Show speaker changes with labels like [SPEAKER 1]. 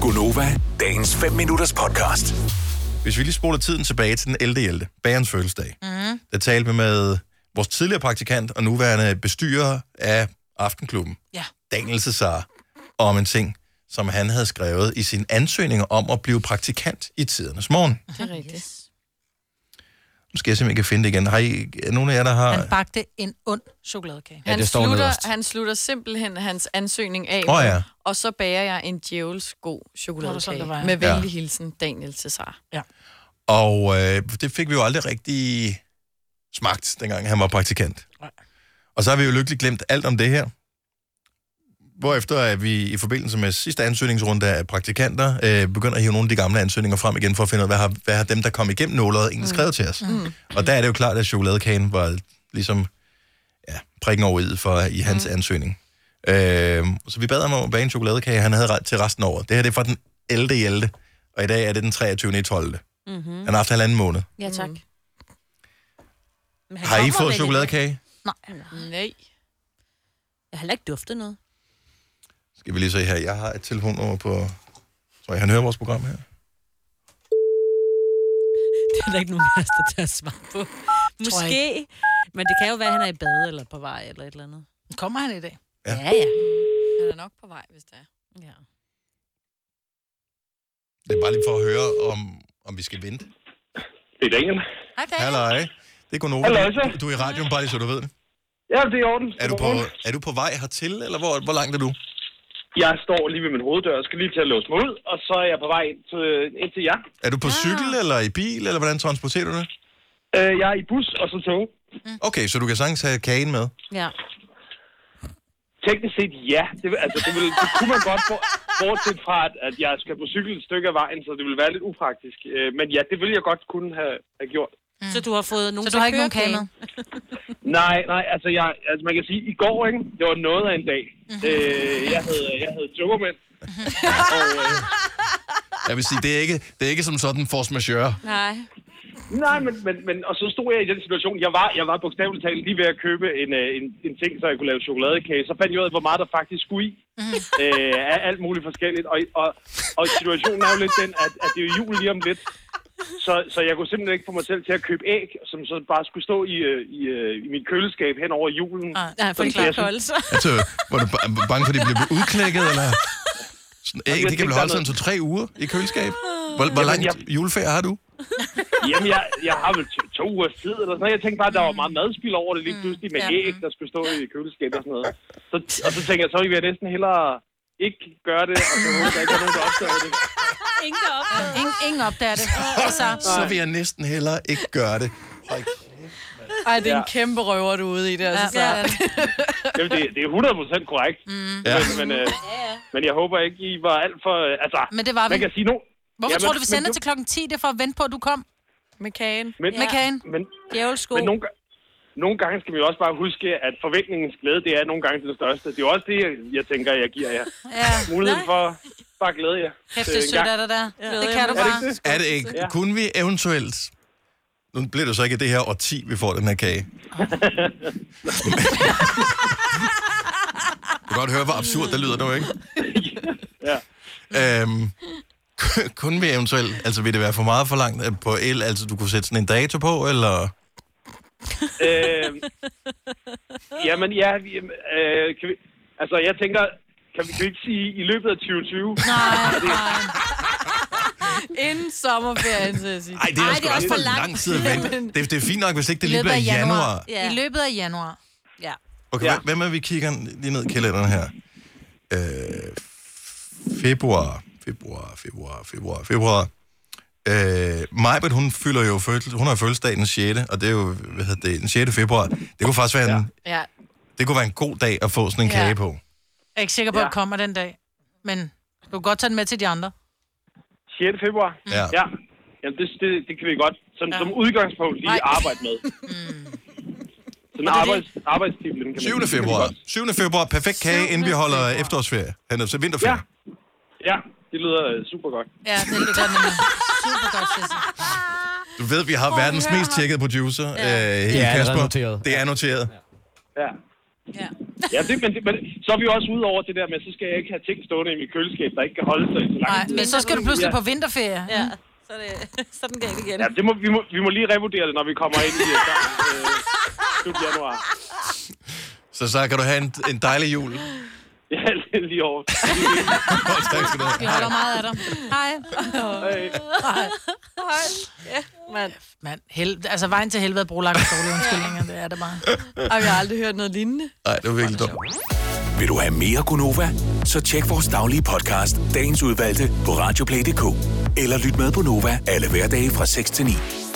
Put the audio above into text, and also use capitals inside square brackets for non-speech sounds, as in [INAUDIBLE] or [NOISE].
[SPEAKER 1] Gunova, dagens 5 minutters podcast.
[SPEAKER 2] Hvis vi lige spoler tiden tilbage til den 11. 11. bagerens fødselsdag, mm. der talte vi med vores tidligere praktikant og nuværende bestyrer af Aftenklubben,
[SPEAKER 3] Ja.
[SPEAKER 2] Daniel Cesar, om en ting, som han havde skrevet i sin ansøgning om at blive praktikant i tidernes morgen.
[SPEAKER 3] Det er rigtigt. Yes.
[SPEAKER 2] Nu skal jeg simpelthen ikke finde det igen. Har I, er nogen af jer, der har...
[SPEAKER 3] Han bagte en ond chokoladekage.
[SPEAKER 4] Ja,
[SPEAKER 5] Han,
[SPEAKER 4] det står nederst.
[SPEAKER 5] slutter, han slutter simpelthen hans ansøgning af,
[SPEAKER 2] Åh, ja.
[SPEAKER 5] og så bager jeg en djævels god
[SPEAKER 3] Nå, det
[SPEAKER 5] chokoladekage
[SPEAKER 3] var sådan, det var.
[SPEAKER 5] med
[SPEAKER 2] Ja.
[SPEAKER 5] venlig hilsen Daniel Cesar.
[SPEAKER 2] Og øh, det fik vi jo aldrig rigtig smagt, dengang han var praktikant.
[SPEAKER 3] Nej.
[SPEAKER 2] Og så har vi jo lykkeligt glemt alt om det her. Hvorefter at vi i forbindelse med sidste ansøgningsrunde af praktikanter, øh, begynder at hive nogle af de gamle ansøgninger frem igen, for at finde ud af, hvad har, hvad har dem, der kom igennem nålet, egentlig skrevet til os. Mm. Og der er det jo klart, at chokoladekagen var ligesom ja, prikken over i for i hans mm. ansøgning. Øh, så vi bad ham om at bage en chokoladekage, han havde ret til resten af året. Det her det er fra den 11. 11. Og i dag er det den 23. i 12. Mm-hmm.
[SPEAKER 6] Mm.
[SPEAKER 2] Han har haft halvanden måned.
[SPEAKER 3] Ja, tak.
[SPEAKER 5] Mm.
[SPEAKER 6] Men han
[SPEAKER 2] Har I
[SPEAKER 6] kommer vel
[SPEAKER 2] fået
[SPEAKER 6] ikke-
[SPEAKER 2] chokoladekage?
[SPEAKER 6] Nej, han har-
[SPEAKER 5] Nej.
[SPEAKER 6] jeg har heller ikke duftet noget.
[SPEAKER 2] Skal vi lige se her. Jeg har et telefonnummer på... Tror jeg, han hører vores program her?
[SPEAKER 6] Det er [LAUGHS] der ikke nogen af os, der tør svare på. Måske. Men det kan jo være, at han er i bad eller på vej eller et eller andet.
[SPEAKER 3] Kommer han i dag?
[SPEAKER 2] Ja.
[SPEAKER 6] ja. ja.
[SPEAKER 5] Han er nok på vej, hvis det er.
[SPEAKER 6] ja.
[SPEAKER 2] Det er bare lige for at høre, om, om vi skal vente.
[SPEAKER 7] Det er Daniel.
[SPEAKER 3] Hej, dag.
[SPEAKER 2] Halløj. Det er Gunova.
[SPEAKER 7] Halløjsa.
[SPEAKER 2] Du er i radioen, bare lige så du ved det.
[SPEAKER 7] Ja, det er i orden.
[SPEAKER 2] Er du på, er du på vej hertil, eller hvor, hvor langt er du?
[SPEAKER 7] Jeg står lige ved min hoveddør og skal lige til at låse mig ud, og så er jeg på vej ind til, øh, ind til jer.
[SPEAKER 2] Er du på cykel, eller i bil, eller hvordan transporterer du det?
[SPEAKER 7] Øh, jeg er i bus og så tog.
[SPEAKER 6] Mm.
[SPEAKER 2] Okay, så du kan sagtens have kagen med.
[SPEAKER 6] ja.
[SPEAKER 7] Teknisk set ja. Det, vil- altså, det, vil, det kunne man godt, for, bortset fra, at, at jeg skal på cykel et stykke af vejen, så det ville være lidt upraktisk. Øh, men ja, det ville jeg godt kunne have, have gjort.
[SPEAKER 6] Så du har fået nogen
[SPEAKER 3] Så
[SPEAKER 6] til
[SPEAKER 3] du har
[SPEAKER 6] at
[SPEAKER 3] ikke
[SPEAKER 6] køre
[SPEAKER 3] nogen kage med?
[SPEAKER 6] kagen?
[SPEAKER 7] Nej, nej, altså, jeg, altså man kan sige, i går, ikke? Det var noget af en dag.
[SPEAKER 2] Mhm.
[SPEAKER 7] Øh, jeg havde, jeg havde tømmermænd. og, øh,
[SPEAKER 4] Jeg vil sige, det er ikke, det er ikke som sådan force majeure.
[SPEAKER 6] Nej.
[SPEAKER 7] Nej, men, men, men og så stod jeg i den situation. Jeg var, jeg var bogstaveligt talt lige ved at købe en, øh, en, en ting, så jeg kunne lave chokoladekage. Så fandt jeg ud af, hvor meget der faktisk skulle i. Øh, af alt muligt forskelligt. Og, og, og situationen er jo lidt den, at, at det er jo jul lige om lidt. Så, så jeg kunne simpelthen ikke få mig selv til at købe æg, som så bare skulle stå i, øh, i, øh, i mit køleskab hen over julen.
[SPEAKER 3] Ah,
[SPEAKER 6] Nej, for det
[SPEAKER 7] Sådan,
[SPEAKER 6] klart
[SPEAKER 7] så jeg
[SPEAKER 6] kolde, så.
[SPEAKER 2] Altså, var du ba- bange for, at det blev udklækket, eller... Sådan, æg, det kan vel holde sådan to-tre uger i køleskab? Hvor, hvor langt juleferie har du?
[SPEAKER 7] Jamen, jeg, jeg har vel to, to ugers tid eller sådan noget. Jeg tænkte bare, at der var meget madspil over det lige pludselig med
[SPEAKER 3] Mm. ja.
[SPEAKER 7] æg, der skulle stå i køleskabet og sådan noget. Så, og så tænkte jeg, så vil jeg næsten hellere ikke gøre det, og så håber jeg ikke, at nogen der opdager det.
[SPEAKER 6] Ingen op.
[SPEAKER 3] [LAUGHS] Ingen, ingen opdager [LAUGHS] det. Altså,
[SPEAKER 2] Så vil jeg næsten hellere ikke gøre det. Hold
[SPEAKER 5] Ej, det er en
[SPEAKER 7] Ja.
[SPEAKER 5] kæmpe røver, du er ude i der.
[SPEAKER 3] ja,
[SPEAKER 5] Ja.
[SPEAKER 3] ja.
[SPEAKER 7] Jamen, det, det er 100% korrekt,
[SPEAKER 3] Mm.
[SPEAKER 2] Ja.
[SPEAKER 7] men, men, øh, men jeg håber ikke, I var alt for... Øh, altså,
[SPEAKER 3] Men det var vi.
[SPEAKER 7] man kan sige nu...
[SPEAKER 3] Hvorfor
[SPEAKER 7] Jamen,
[SPEAKER 3] tror du, vi
[SPEAKER 7] men
[SPEAKER 3] sender
[SPEAKER 7] du-
[SPEAKER 3] til klokken 10? Det er for at vente på, at du kom
[SPEAKER 5] Med kagen.
[SPEAKER 7] Men,
[SPEAKER 3] med kagen.
[SPEAKER 7] men,
[SPEAKER 6] Djævelsko.
[SPEAKER 3] Oh.
[SPEAKER 7] men nogle, ga- nogle gange skal vi jo også bare huske, at forventningens glæde, det er nogle gange det største. Det er jo også det, jeg, jeg tænker, jeg giver jer.
[SPEAKER 3] Ja,
[SPEAKER 7] Muligheden for bare at glæde jer.
[SPEAKER 3] kæft,
[SPEAKER 7] til
[SPEAKER 3] det er
[SPEAKER 7] en
[SPEAKER 3] sødt
[SPEAKER 7] gang.
[SPEAKER 3] af dig der. Det
[SPEAKER 6] Ja.
[SPEAKER 3] kan du
[SPEAKER 6] Er det
[SPEAKER 3] bare.
[SPEAKER 2] Er det ikke? Ja.
[SPEAKER 7] Ja.
[SPEAKER 2] Kunne vi eventuelt... Nu bliver det så ikke i det her årti, vi får den her kage. du kan godt høre, hvor absurd det lyder nu, ikke? ja. Øhm, ku- kunne vi eventuelt... Altså, vil det være for meget for langt øh, på el? Altså, du kunne sætte sådan en dato på, eller...
[SPEAKER 7] øh, jamen, ja, vi, øh, kan vi, altså jeg tænker, kan vi, kan vi ikke sige i løbet af 2020?
[SPEAKER 3] Nej, nej.
[SPEAKER 5] Inden sommerferien, så jeg sige.
[SPEAKER 2] Ej, det er,
[SPEAKER 6] Ej,
[SPEAKER 2] sgu
[SPEAKER 6] det er
[SPEAKER 2] da
[SPEAKER 6] også for
[SPEAKER 2] lang tid at vente. Det, det er fint nok, hvis ikke det lige bliver i januar.
[SPEAKER 3] Ja. I løbet af januar.
[SPEAKER 6] Ja.
[SPEAKER 2] Okay,
[SPEAKER 7] Ja.
[SPEAKER 2] ja. hvem er vi kigger lige ned i kalenderen her? Øh, februar, februar, februar, februar, februar. Øh, Majbert, hun fylder jo fødsel, hun har fødselsdag den 6. Og det er jo, hvad hedder det, den 6. februar. Det kunne faktisk være, ja. en,
[SPEAKER 5] Ja.
[SPEAKER 2] det kunne være en god dag at få sådan en
[SPEAKER 3] Ja.
[SPEAKER 2] ja. kage på.
[SPEAKER 3] Jeg er ikke sikker på, at
[SPEAKER 7] Ja.
[SPEAKER 3] det kommer den dag. Men du kan godt tage den med til de andre.
[SPEAKER 7] 6. februar?
[SPEAKER 2] Ja.
[SPEAKER 7] Ja. Jamen, det, det, det kan vi godt som, ja. som udgangspunkt lige
[SPEAKER 5] Nej.
[SPEAKER 7] arbejde med.
[SPEAKER 3] Mm.
[SPEAKER 7] Sådan en arbejds, arbejdstip, den kan man
[SPEAKER 2] 7.
[SPEAKER 7] sige.
[SPEAKER 2] februar.
[SPEAKER 7] Det kan vi godt.
[SPEAKER 2] 7. februar. Perfekt kage, inden vi holder efterårsferie. Han er så
[SPEAKER 7] Ja.
[SPEAKER 2] vinterferie. Ja.
[SPEAKER 7] Ja, det lyder øh, super godt.
[SPEAKER 3] Ja, [LAUGHS] det er godt nemlig. Super godt, Sisse.
[SPEAKER 2] Du ved, vi har verdens mest tjekkede producer, ja. øh,
[SPEAKER 4] Det er
[SPEAKER 2] Kasper.
[SPEAKER 4] allerede noteret.
[SPEAKER 2] Det er noteret.
[SPEAKER 7] Ja.
[SPEAKER 6] Ja.
[SPEAKER 7] Ja, det, men, det, men så er vi jo også ude over det der med, så skal jeg ikke have ting stående i mit køleskab, der ikke kan holde sig i så lang
[SPEAKER 3] Nej,
[SPEAKER 7] tid.
[SPEAKER 3] men så skal du pludselig
[SPEAKER 7] Ja.
[SPEAKER 3] på vinterferie.
[SPEAKER 6] ja. Så er det sådan galt igen.
[SPEAKER 7] Ja, det må, vi, må, vi må lige revurdere det, når vi kommer ind i øh, starten, øh, slut januar.
[SPEAKER 2] Så så kan du have en, en dejlig jul.
[SPEAKER 7] Ja, lige- lige over.
[SPEAKER 2] tak skal du
[SPEAKER 3] Vi
[SPEAKER 2] have.
[SPEAKER 3] holder meget af dig. Hej.
[SPEAKER 7] Hey.
[SPEAKER 5] Mand.
[SPEAKER 3] Mand, hel... altså vejen til helvede er brolagt og dårlige undskyldninger, det er det bare.
[SPEAKER 5] Ej, jeg har aldrig hørt noget lignende.
[SPEAKER 2] Nej, det var virkelig dumt.
[SPEAKER 1] Vil du have mere Gunova? Så tjek vores daglige podcast, dagens udvalgte, på radioplay.dk. Eller lyt med på Nova alle hverdage fra 6 til 9.